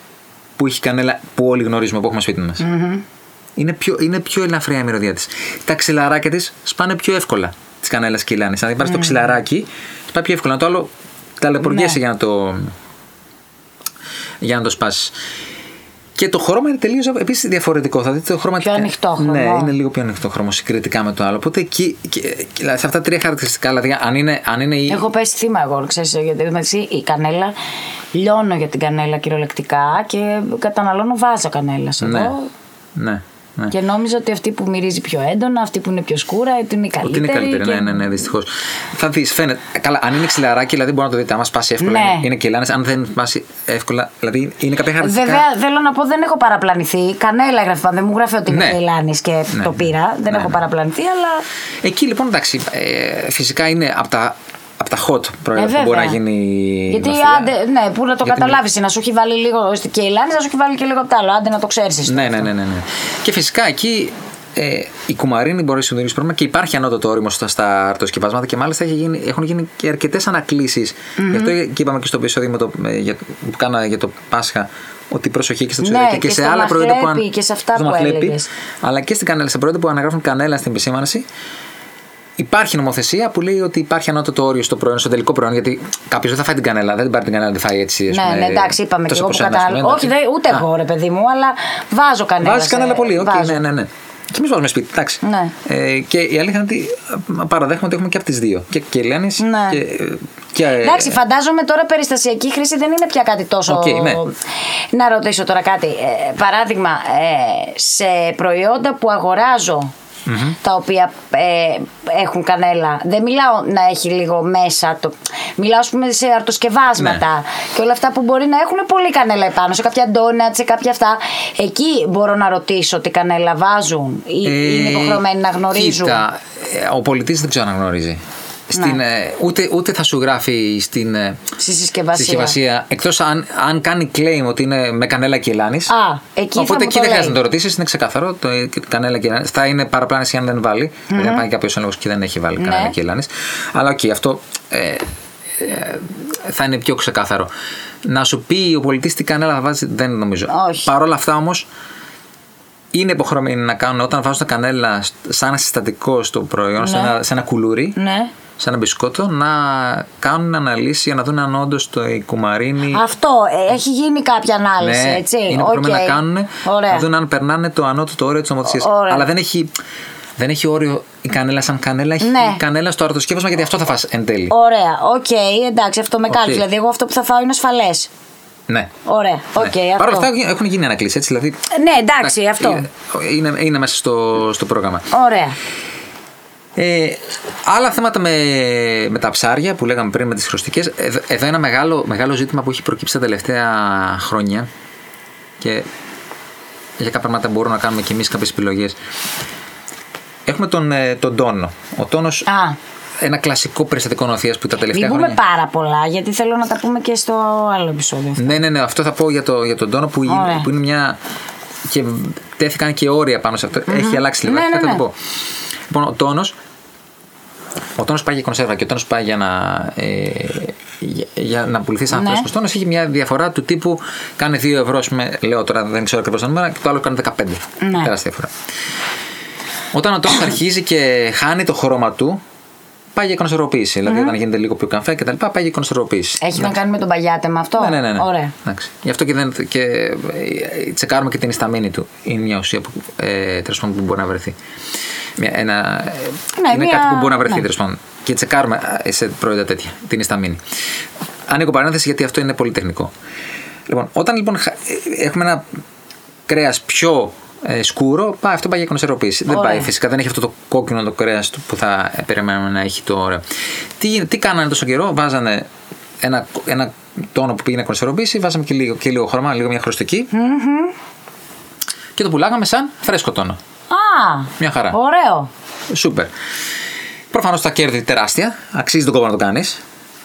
[SPEAKER 3] που έχει η κανέλα που όλοι γνωρίζουμε, που έχουμε σπίτι μας.
[SPEAKER 2] Mm-hmm.
[SPEAKER 3] Είναι πιο, είναι πιο ελαφριά η μυρωδιά της. Τα ξυλαράκια της σπάνε πιο εύκολα της κανέλας και λάνη. Αν υπάρχει το
[SPEAKER 2] Mm.
[SPEAKER 3] ξυλαράκι, σπάει πιο εύκολα. Το άλλο
[SPEAKER 2] Ναι.
[SPEAKER 3] ταλαιπωριέσαι για να το. για να το σπάσεις. Και το χρώμα είναι τελείως επίσης διαφορετικό. Θα δείτε το χρώμα
[SPEAKER 2] Πιο ανοιχτό χρώμα.
[SPEAKER 3] Ναι, είναι λίγο πιο ανοιχτό χρώμα συγκριτικά με το άλλο. Οπότε εκεί, και- και- δηλαδή, σε αυτά τα τρία χαρακτηριστικά, δηλαδή αν είναι, αν είναι η,
[SPEAKER 2] Έχω πέσει θύμα εγώ, ξέρεις, γιατί μεταξύ η κανέλα, λιώνω για την κανέλα κυριολεκτικά και καταναλώνω βάζα κανέλας
[SPEAKER 3] Ναι.
[SPEAKER 2] εδώ.
[SPEAKER 3] Ναι. ναι.
[SPEAKER 2] Και νόμιζα ότι αυτή που μυρίζει πιο έντονα, αυτή που είναι πιο σκούρα, ότι είναι η
[SPEAKER 3] Ότι είναι
[SPEAKER 2] καλύτερη.
[SPEAKER 3] καλύτερη,
[SPEAKER 2] και-
[SPEAKER 3] ναι, ναι, ναι, δυστυχώς. Θα δεις, φαίνεται. Καλά, αν είναι ξυλαράκι, δηλαδή μπορεί να το δείτε. Άμα σπάσει εύκολα,
[SPEAKER 2] Ναι.
[SPEAKER 3] είναι, είναι κελάνε. Αν δεν σπάσει εύκολα, δηλαδή είναι κάποια χαρακτηριστικά.
[SPEAKER 2] Βέβαια, θέλω να πω, δεν έχω παραπλανηθεί. Κανένα έγραφε πάντα. Δεν μου γράφει ότι είναι
[SPEAKER 3] Ναι.
[SPEAKER 2] ναι. και
[SPEAKER 3] Ναι,
[SPEAKER 2] το
[SPEAKER 3] ναι.
[SPEAKER 2] πήρα. Δεν
[SPEAKER 3] Ναι,
[SPEAKER 2] έχω
[SPEAKER 3] ναι.
[SPEAKER 2] παραπλανηθεί, αλλά.
[SPEAKER 3] Εκεί λοιπόν, εντάξει, ε, φυσικά είναι από τα, απ' τα hot προϊόντα
[SPEAKER 2] Ε,
[SPEAKER 3] που μπορεί να
[SPEAKER 2] βέβαια.
[SPEAKER 3] γίνει.
[SPEAKER 2] Γιατί
[SPEAKER 3] γνωστή.
[SPEAKER 2] άντε, ναι, πού να το
[SPEAKER 3] Γιατί
[SPEAKER 2] καταλάβεις, να σου έχει βάλει λίγο και η Λάνη, να σου έχει βάλει και λίγο απ' τα άλλο. Άντε να το ξέρεις.
[SPEAKER 3] Ναι, ναι, ναι, ναι, ναι. Και φυσικά εκεί ε, η κουμαρίνη μπορεί να σου δημιουργήσει πρόβλημα και υπάρχει ανώτατο όριμο στα, στα αρτοσκευάσματα και μάλιστα έχει γίνει, έχουν γίνει και αρκετές Γι' αυτό και είπαμε και στο επεισόδιο με το, με- για, που κάναμε για το Πάσχα ότι προσοχή και στα
[SPEAKER 2] Ναι,
[SPEAKER 3] ψωδιακά
[SPEAKER 2] και στο μαχλέπι και σε αυτά
[SPEAKER 3] στο
[SPEAKER 2] που
[SPEAKER 3] μαχλέπι,
[SPEAKER 2] έλεγες.
[SPEAKER 3] Αλλά και στην κανέλα, στα προϊόντα που αναγράφουν κανέλα στην επισήμανση. Υπάρχει νομοθεσία που λέει ότι υπάρχει ανώτατο όριο στο προϊόν, στο τελικό προϊόν. Γιατί κάποιος δεν θα φάει την κανέλα, δεν την πάρει την κανέλα, δεν φάει έτσι. ας
[SPEAKER 2] Ναι,
[SPEAKER 3] πούμε,
[SPEAKER 2] ναι, εντάξει, είπαμε και
[SPEAKER 3] τόσο
[SPEAKER 2] εγώ που
[SPEAKER 3] ποσένα, ας πούμε,
[SPEAKER 2] κατάλαβα. Όχι,
[SPEAKER 3] εντάξει.
[SPEAKER 2] δεν- ούτε
[SPEAKER 3] Α,
[SPEAKER 2] εγώ ρε παιδί μου, αλλά βάζω κανένα.
[SPEAKER 3] Βάζει κανένα πολύ. οκ,
[SPEAKER 2] βάζω.
[SPEAKER 3] ναι, ναι, ναι. Και εμείς βάζουμε σπίτι, εντάξει.
[SPEAKER 2] Ναι.
[SPEAKER 3] Ε, και η αλήθεια είναι ότι α, παραδέχομαι ότι έχουμε και από τις δύο. Και, και Ελένης
[SPEAKER 2] Ναι.
[SPEAKER 3] και. ε, και
[SPEAKER 2] Εντάξει, φαντάζομαι τώρα περιστασιακή χρήση δεν είναι πια κάτι τόσο.
[SPEAKER 3] Οκ, ναι.
[SPEAKER 2] Να ρωτήσω τώρα κάτι. Ε, παράδειγμα, ε, σε προϊόντα που αγοράζω, τα οποία ε, έχουν κανέλα. Δεν μιλάω να έχει λίγο μέσα. Το... Μιλάω, ας πούμε, σε αρτοσκευάσματα
[SPEAKER 3] Ναι.
[SPEAKER 2] και όλα αυτά που μπορεί να έχουν πολύ κανέλα επάνω, σε κάποια ντόνατ, σε κάποια αυτά. Εκεί μπορώ να ρωτήσω τι κανέλα βάζουν ή
[SPEAKER 3] ε,
[SPEAKER 2] είναι υποχρεωμένοι να γνωρίζουν.
[SPEAKER 3] Κοίτα, ε, ο πολιτής δεν ξέρω να γνωρίζει. Στην,
[SPEAKER 2] Ναι.
[SPEAKER 3] ε, ούτε, ούτε θα σου γράφει στην. ε,
[SPEAKER 2] Στη συσκευασία.
[SPEAKER 3] Στη συσκευασία. Εκτός αν, αν κάνει claim ότι είναι με κανέλα και ελάνη.
[SPEAKER 2] Α, εκεί θα μου
[SPEAKER 3] Οπότε εκεί
[SPEAKER 2] το λέει.
[SPEAKER 3] δεν χρειάζεται να το ρωτήσεις, είναι ξεκαθαρό. Το, ε, κανέλα και ελάνη. Θα είναι παραπλάνηση αν δεν βάλει. Δηλαδή, αν πάει κάποιος έλεγχο και δεν έχει βάλει
[SPEAKER 2] Ναι.
[SPEAKER 3] κανέλα και ελάνη. Αλλά οκ, αυτό ε, ε, θα είναι πιο ξεκάθαρο. Να σου πει ο πολιτής τι κανέλα θα βάζει, δεν νομίζω.
[SPEAKER 2] Όχι.
[SPEAKER 3] Παρ' όλα αυτά όμως, είναι υποχρεωμένοι να κάνουν όταν βάζουν κανέλα σ- σαν συστατικό στο προϊόν, σε,
[SPEAKER 2] Ναι.
[SPEAKER 3] ένα, σε ένα κουλούρι,
[SPEAKER 2] Ναι.
[SPEAKER 3] σε ένα μπισκότο, να κάνουν αναλύσει για να δουν αν όντως το η κουμαρίνη.
[SPEAKER 2] Αυτό ε, έχει γίνει κάποια ανάλυση,
[SPEAKER 3] ναι,
[SPEAKER 2] έτσι.
[SPEAKER 3] είναι
[SPEAKER 2] Οκ.
[SPEAKER 3] υποχρεωμένοι να κάνουν,
[SPEAKER 2] Ωραία.
[SPEAKER 3] να δουν αν περνάνε το ανώτατο όριο της νομοθεσία.
[SPEAKER 2] Ωραία.
[SPEAKER 3] Αλλά δεν έχει, δεν έχει όριο η κανέλα σαν κανέλα, έχει
[SPEAKER 2] Ναι.
[SPEAKER 3] η κανέλα στο αρτοσκεύασμα γιατί αυτό θα φας εν τέλει.
[SPEAKER 2] Ωραία, οκ, εντάξει, αυτό με κάνει.
[SPEAKER 3] Οκ.
[SPEAKER 2] Δηλαδή, εγώ αυτό που θα φάω είναι ασφαλές.
[SPEAKER 3] Ναι.
[SPEAKER 2] Ωραία, οκ,
[SPEAKER 3] ναι. Παρ' όλα
[SPEAKER 2] αυτό.
[SPEAKER 3] αυτά ε, έχουν γίνει ανακλήσεις, έτσι. Δηλαδή,
[SPEAKER 2] Ναι, εντάξει, αυτό.
[SPEAKER 3] Είναι, είναι μέσα στο, στο πρόγραμμα.
[SPEAKER 2] Ωραία.
[SPEAKER 3] Ε, άλλα θέματα με, με τα ψάρια που λέγαμε πριν με τις χρωστικές Εδώ, εδώ ένα μεγάλο, μεγάλο ζήτημα που έχει προκύψει τα τελευταία χρόνια και για κάποια πράγματα μπορούμε να κάνουμε και εμείς κάποιες επιλογές. Έχουμε τον, ε, τον τόνο. Ο τόνος
[SPEAKER 2] Α,
[SPEAKER 3] ένα κλασικό περιστατικό νοθείας που τα
[SPEAKER 2] Μην
[SPEAKER 3] τελευταία
[SPEAKER 2] πούμε
[SPEAKER 3] χρόνια.
[SPEAKER 2] πάρα πολλά, γιατί θέλω να τα πούμε και στο άλλο επεισόδιο.
[SPEAKER 3] Ναι, ναι, ναι. Αυτό θα πω για, το, για τον Τόνο που, είναι-
[SPEAKER 2] Ωραία.
[SPEAKER 3] που είναι μια. και τέθηκαν και όρια πάνω σε αυτο Έχει αλλάξει λίγο.
[SPEAKER 2] Ναι,
[SPEAKER 3] αυτό
[SPEAKER 2] ναι,
[SPEAKER 3] θα
[SPEAKER 2] ναι.
[SPEAKER 3] το πω. Λοιπόν, ο Τόνος. Ο Τόνος πάει για κονσέρβα και ο Τόνος πάει για να, ε, για, για να πουληθεί σαν
[SPEAKER 2] Ναι.
[SPEAKER 3] ναι. Ο Τόνος έχει μια διαφορά του τύπου κάνει 2 ευρώ, ας πούμε, λέω τώρα δεν ξέρω ακριβώς τα νούμερα, και το άλλο κάνει 15.
[SPEAKER 2] Ναι.
[SPEAKER 3] Τεράστια διαφορά. Όταν ο Τόνος αρχίζει και χάνει το χρώμα του, πάει για κονσερβοποίηση. Δηλαδή, όταν γίνεται λίγο πιο καφέ κτλ., πάει για κονσερβοποίηση.
[SPEAKER 2] Έχει να κάνει με τον παγιάτε με αυτό.
[SPEAKER 3] Ναι, ναι, ναι. ναι.
[SPEAKER 2] Ωραία.
[SPEAKER 3] Εντάξει. Γι' αυτό και, δεν, και ε, τσεκάρουμε και την ισταμίνη του. Είναι μια ουσία που, ε, τέλος πάντων, που μπορεί να βρεθεί. Μια, ένα, ε,
[SPEAKER 2] Ναι,
[SPEAKER 3] είναι
[SPEAKER 2] μια-
[SPEAKER 3] κάτι που μπορεί να βρεθεί
[SPEAKER 2] ναι.
[SPEAKER 3] τέλος πάντων. Και τσεκάρουμε ε, σε προϊόντα τέτοια την ισταμίνη. Ανοίγω παρένθεση γιατί αυτό είναι πολύ τεχνικό. Λοιπόν, όταν λοιπόν χα- ε, έχουμε ένα κρέας πιο ε, σκούρο, πάει, αυτό πάει για κονσερβοποίηση. Δεν
[SPEAKER 2] Ωραία.
[SPEAKER 3] πάει φυσικά, δεν έχει αυτό το κόκκινο το κρέας του που θα ε, περιμένουμε να έχει το ωραίο. Τι, γίνε- τι κάνανε τόσο καιρό, βάζανε ένα, ένα τόνο που πήγαινε κονσερβοποίηση, βάζαμε και λίγο, και λίγο χρώμα, λίγο μια χρωστικη
[SPEAKER 2] Mm-hmm.
[SPEAKER 3] και το πουλάγαμε σαν φρέσκο τόνο.
[SPEAKER 2] Α!
[SPEAKER 3] Μια χαρά.
[SPEAKER 2] Ωραίο.
[SPEAKER 3] Σούπερ. Προφανώς τα κέρδη τεράστια. Αξίζει τον κόπο να το κάνεις.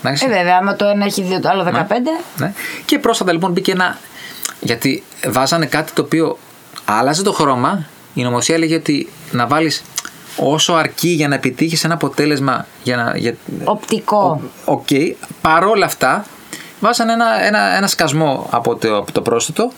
[SPEAKER 2] Ε, βέβαια, άμα το ένα έχει δύο, το άλλο 15.
[SPEAKER 3] Ναι. Και πρόσφατα λοιπόν μπήκε ένα. Γιατί βάζανε κάτι το οποίο άλλαζε το χρώμα. Η νομοσία έλεγε ότι να βάλεις όσο αρκεί για να επιτύχεις ένα αποτέλεσμα. Για να, για...
[SPEAKER 2] Οπτικό.
[SPEAKER 3] Οκ. Παρόλα αυτά, βάζανε ένα, ένα, ένα σκασμό από το, από το πρόσθετο.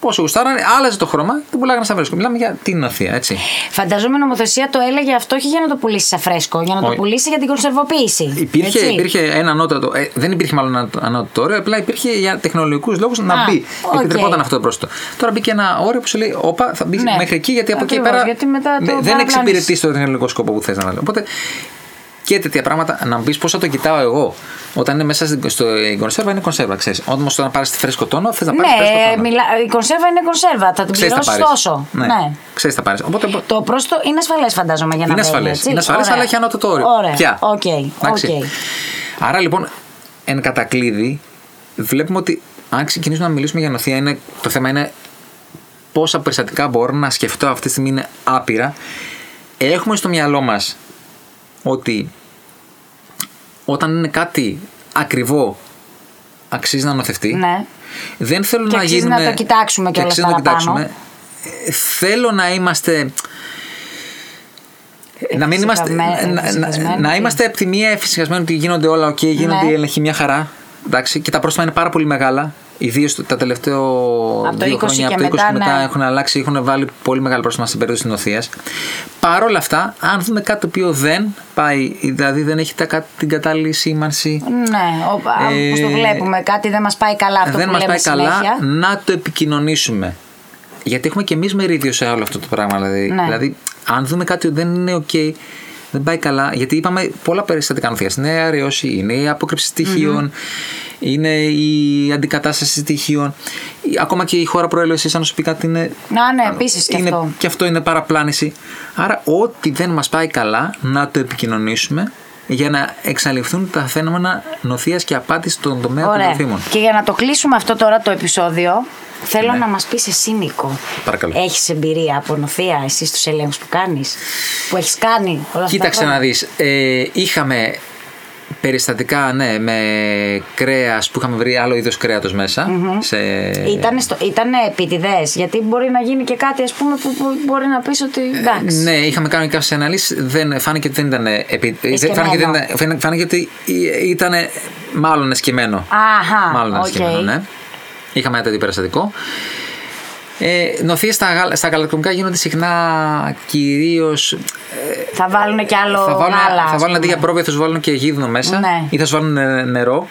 [SPEAKER 3] Πόσο γουστάρανε, άλλαζε το χρώμα και πουλάγανε στα βρίσκο. Μιλάμε για την νοθεία, έτσι.
[SPEAKER 2] Φανταζόμαι η νομοθεσία το έλεγε αυτό όχι για να το πουλήσει σαν φρέσκο, για να το
[SPEAKER 3] Όχι.
[SPEAKER 2] πουλήσει για την κονσερβοποίηση.
[SPEAKER 3] Υπήρχε,
[SPEAKER 2] Έτσι.
[SPEAKER 3] υπήρχε ένα ανώτατο. Ε, δεν υπήρχε μάλλον ένα ανώτατο όριο, απλά υπήρχε για τεχνολογικούς λόγους
[SPEAKER 2] Α,
[SPEAKER 3] να μπει.
[SPEAKER 2] οκ.
[SPEAKER 3] Επιτρεπόταν αυτό το πρόσθετο. Τώρα μπήκε ένα όριο που σου λέει: Όπα, θα μπει
[SPEAKER 2] Ναι.
[SPEAKER 3] μέχρι εκεί, γιατί από εκεί
[SPEAKER 2] Ακριβώς,
[SPEAKER 3] πέρα
[SPEAKER 2] γιατί μετά το
[SPEAKER 3] δε- δεν
[SPEAKER 2] παραπλάνεις.
[SPEAKER 3] εξυπηρετείς το τεχνολογικό σκοπό που θες να βάλεις. Οπότε και τέτοια πράγματα να μπει πώς θα το κοιτάω εγώ. Όταν είναι μέσα στην στο, η κονσέρβα, είναι κονσέρβα, ξέρεις. Όμως όταν πάρεις φρέσκο τόνο, θες να πάρεις φρέσκο
[SPEAKER 2] Ναι,
[SPEAKER 3] τόνο.
[SPEAKER 2] μιλά, η κονσέρβα είναι κονσέρβα. Θα την
[SPEAKER 3] Ξέρεις τα
[SPEAKER 2] πληρώσεις
[SPEAKER 3] πάρεις.
[SPEAKER 2] τόσο.
[SPEAKER 3] Ναι. Ξέρεις τα πάρεις. Οπότε
[SPEAKER 2] Το πρόστο είναι ασφαλές, φαντάζομαι, για να
[SPEAKER 3] είναι
[SPEAKER 2] μπαίνει,
[SPEAKER 3] ασφαλές.
[SPEAKER 2] έτσι.
[SPEAKER 3] Είναι ασφαλές,
[SPEAKER 2] Ωραία.
[SPEAKER 3] αλλά έχει ανώτατο όριο.
[SPEAKER 2] Ωραία.
[SPEAKER 3] Πια.
[SPEAKER 2] Οκ.
[SPEAKER 3] Εντάξει.
[SPEAKER 2] οκ.
[SPEAKER 3] Άρα λοιπόν, εν κατακλείδη, βλέπουμε ότι αν ξεκινήσουμε να μιλήσουμε για νοθεία, είναι, το θέμα είναι πόσα περιστατικά μπορώ να σκεφτώ αυτή τη στιγμή είναι άπειρα. Έχουμε στο μυαλό μας ότι όταν είναι κάτι ακριβό, αξίζει να νοθευτεί.
[SPEAKER 2] Ναι.
[SPEAKER 3] Δεν θέλω
[SPEAKER 2] Και
[SPEAKER 3] να
[SPEAKER 2] αξίζει
[SPEAKER 3] γίνουμε.
[SPEAKER 2] να το κοιτάξουμε κιόλας
[SPEAKER 3] αξίζει να το
[SPEAKER 2] παραπάνω.
[SPEAKER 3] κοιτάξουμε. Ε, Θέλω να είμαστε. Να μην είμαστε,
[SPEAKER 2] Εφησυχασμένοι,
[SPEAKER 3] να, να,
[SPEAKER 2] εφησυχασμένοι,
[SPEAKER 3] να
[SPEAKER 2] τι?
[SPEAKER 3] είμαστε από τη μία εφησυχασμένοι ότι γίνονται όλα οκ, γίνονται
[SPEAKER 2] Ναι.
[SPEAKER 3] οι έλεγχοι μια χαρά. Εντάξει, και τα πρόστιμα είναι πάρα πολύ μεγάλα. Ιδίω τα τελευταία
[SPEAKER 2] το
[SPEAKER 3] δύο
[SPEAKER 2] 20
[SPEAKER 3] χρόνια,
[SPEAKER 2] και
[SPEAKER 3] από το 20 και
[SPEAKER 2] μετά,
[SPEAKER 3] μετά
[SPEAKER 2] ναι.
[SPEAKER 3] έχουν αλλάξει, έχουν βάλει πολύ μεγάλο πρόστιμα στην περίπτωση της νοθείας. Παρ' όλα αυτά, αν δούμε κάτι το οποίο δεν πάει, δηλαδή δεν έχει τα, κα- την κατάλληλη σήμανση,
[SPEAKER 2] Ναι,
[SPEAKER 3] Ε,
[SPEAKER 2] όπω το βλέπουμε, κάτι δεν μας πάει καλά αυτό
[SPEAKER 3] δεν
[SPEAKER 2] που
[SPEAKER 3] μας
[SPEAKER 2] λέμε
[SPEAKER 3] πάει
[SPEAKER 2] συνέχεια.
[SPEAKER 3] καλά να το επικοινωνήσουμε. Γιατί έχουμε και εμείς μερίδιο σε όλο αυτό το πράγμα. Δηλαδή,
[SPEAKER 2] Ναι.
[SPEAKER 3] δηλαδή αν δούμε κάτι ότι δεν είναι OK, δεν πάει καλά. Γιατί είπαμε πολλά περιστατικά νοθείας. Είναι η αραιώση, είναι η απόκρυψη στοιχείων, είναι η αντικατάσταση στοιχείων. Η- Ακόμα και η χώρα προέλευσης, αν σου πει κάτι, είναι.
[SPEAKER 2] Να, ναι, επίσης και
[SPEAKER 3] είναι,
[SPEAKER 2] αυτό.
[SPEAKER 3] Και αυτό είναι παραπλάνηση. Άρα, ό,τι δεν μας πάει καλά, να το επικοινωνήσουμε για να εξαλειφθούν τα φαινόμενα νοθείας και απάτης στον τομέα των
[SPEAKER 2] Ωραία.
[SPEAKER 3] τροφίμων.
[SPEAKER 2] Και για να το κλείσουμε αυτό τώρα το επεισόδιο, θέλω
[SPEAKER 3] Ναι.
[SPEAKER 2] να μας πεις εσύ, Νίκο.
[SPEAKER 3] Παρακαλώ.
[SPEAKER 2] Έχεις εμπειρία από νοθεία, εσύ στους ελέγχους που κάνεις, που έχεις κάνει όλα αυτά.
[SPEAKER 3] Κοίταξε να δεις. Ε, είχαμε περιστατικά, ναι, με κρέας που είχαμε βρει άλλο είδος κρέατος μέσα, Σε...
[SPEAKER 2] Ήταν, στο, ήτανε επίτηδες, γιατί μπορεί να γίνει και κάτι ας πούμε που, που μπορεί να πεις ότι εντάξει.
[SPEAKER 3] Ναι, είχαμε κάνει κάποιες αναλύσεις. Δεν, φάνηκε ότι δεν ήταν. Επί... δεν-
[SPEAKER 2] Εσκεμμένο.
[SPEAKER 3] Φάνηκε, ότι δεν ήταν- φαίν- φάνηκε ότι ήταν ε, μάλλον εσκεμμένο.
[SPEAKER 2] Αχα,
[SPEAKER 3] μάλλον
[SPEAKER 2] οκ.
[SPEAKER 3] εσκεμμένο, ναι. Είχαμε ένα τέτοιο περιστατικό. Ε, νοθείες στα, γαλα- στα γαλακτοκομικά γίνονται συχνά κυρίως
[SPEAKER 2] Θα βάλουν κι άλλο
[SPEAKER 3] θα βάλουν,
[SPEAKER 2] γάλα.
[SPEAKER 3] θα
[SPEAKER 2] ας
[SPEAKER 3] βάλουν αντί
[SPEAKER 2] πούμε.
[SPEAKER 3] για πρόβια, θα σου βάλουν και γίδνο μέσα
[SPEAKER 2] Ναι.
[SPEAKER 3] ή θα σου βάλουν ε, νερό.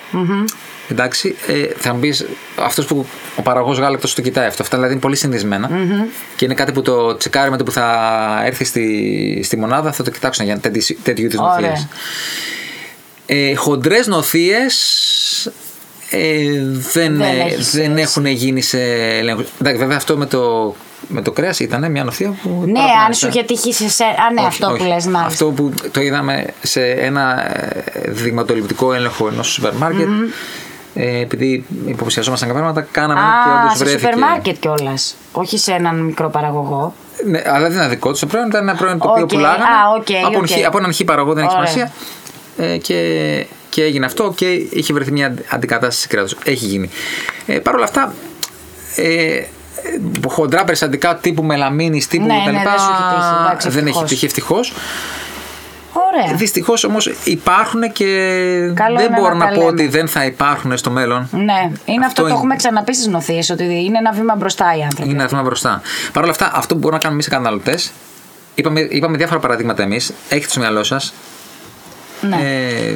[SPEAKER 3] Εντάξει, ε, θα μου πει αυτός που ο παραγωγός γάλακτος το κοιτάει αυτό. Αυτά δηλαδή είναι πολύ συνηθισμένα. Και είναι κάτι που το τσεκάρει με το που θα έρθει στη, στη μονάδα, θα το κοιτάξουν για τέτοιου- τέτοιου είδους
[SPEAKER 2] Ωραία.
[SPEAKER 3] νοθείες. Ε, Χοντρές νοθείες ε, δεν,
[SPEAKER 2] Δεν
[SPEAKER 3] ε,
[SPEAKER 2] έχεις
[SPEAKER 3] δεν έχουν γίνει σε ελέγχους. Εντάξει, βέβαια αυτό με το, με το κρέας ήταν μια νοθεία που.
[SPEAKER 2] Ναι, αν
[SPEAKER 3] παραπλάνησε.
[SPEAKER 2] σου είχε τύχει σε σέ- Α, ναι,
[SPEAKER 3] Όχι,
[SPEAKER 2] αυτό
[SPEAKER 3] όχι.
[SPEAKER 2] που λες να
[SPEAKER 3] Αυτό που το είδαμε σε ένα ε, δειγματοληπτικό έλεγχο ενός σούπερ μάρκετ. Ε, επειδή υποψιαζόμασταν κάποια πράγματα, κάναμε και
[SPEAKER 2] Α,
[SPEAKER 3] όντως
[SPEAKER 2] σε
[SPEAKER 3] βρέθηκε.
[SPEAKER 2] σούπερ μάρκετ κιόλας. Όχι σε έναν μικρό παραγωγό.
[SPEAKER 3] Ναι, αλλά δεν είναι δικό του το προϊόν, ήταν ένα προϊόν το οποίο
[SPEAKER 2] Οκ,
[SPEAKER 3] πουλάγανε.
[SPEAKER 2] α, οκ,
[SPEAKER 3] από,
[SPEAKER 2] οκ.
[SPEAKER 3] χι- από έναν χι παραγωγό δεν έχει
[SPEAKER 2] Ωραία.
[SPEAKER 3] σημασία. Ε, και, και έγινε αυτό και είχε βρεθεί μια αντι- αντικατάσταση σε κράτο. Έχει γίνει. Ε, Παρ' όλα αυτά, ε, χοντρά περιστατικά τύπου μελαμίνης, τύπου
[SPEAKER 2] Ναι,
[SPEAKER 3] κτλ.
[SPEAKER 2] ναι, δεν σου έχει τύχει, εντάξει,
[SPEAKER 3] δεν έχει
[SPEAKER 2] ευτυχώς.
[SPEAKER 3] τύχει ευτυχώς.
[SPEAKER 2] Ωραία.
[SPEAKER 3] Δυστυχώς όμως υπάρχουν και
[SPEAKER 2] Ε. Καλό
[SPEAKER 3] δεν
[SPEAKER 2] είναι
[SPEAKER 3] μπορώ
[SPEAKER 2] να
[SPEAKER 3] να,
[SPEAKER 2] τα
[SPEAKER 3] πω
[SPEAKER 2] λέμε.
[SPEAKER 3] ότι δεν θα υπάρχουν στο μέλλον.
[SPEAKER 2] Ναι, είναι αυτό,
[SPEAKER 3] Αυτό
[SPEAKER 2] το
[SPEAKER 3] είναι.
[SPEAKER 2] έχουμε ξαναπεί στις νοθείες, ότι είναι ένα βήμα μπροστά οι άνθρωποι.
[SPEAKER 3] Είναι ένα βήμα μπροστά. Παρ' όλα αυτά, αυτό που μπορούμε να κάνουμε εμείς οι καταναλωτές, είπαμε, είπαμε διάφορα παραδείγματα εμείς, έχετε στο μυαλό σας
[SPEAKER 2] Ναι.
[SPEAKER 3] ε,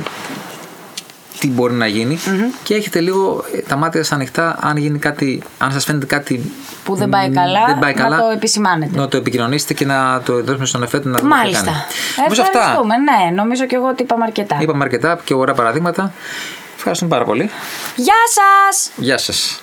[SPEAKER 3] τι μπορεί να γινει και έχετε λίγο ε, τα μάτια σας ανοιχτά αν, γίνει κάτι, αν σας φαίνεται κάτι
[SPEAKER 2] Που δεν
[SPEAKER 3] μ,
[SPEAKER 2] πάει καλά,
[SPEAKER 3] δεν πάει
[SPEAKER 2] να
[SPEAKER 3] καλά,
[SPEAKER 2] το επισημάνετε.
[SPEAKER 3] Να το επικοινωνήσετε και να το δώσουμε στον εφέτη να δούμε τι θα
[SPEAKER 2] Μάλιστα. Ε,
[SPEAKER 3] κάνει. Μήπως αυτά.
[SPEAKER 2] Ευχαριστούμε. Ναι, νομίζω και εγώ ότι είπαμε αρκετά.
[SPEAKER 3] Είπαμε αρκετά και ωραία παραδείγματα. Ευχαριστούμε πάρα πολύ.
[SPEAKER 2] Γεια σας!
[SPEAKER 3] Γεια σας.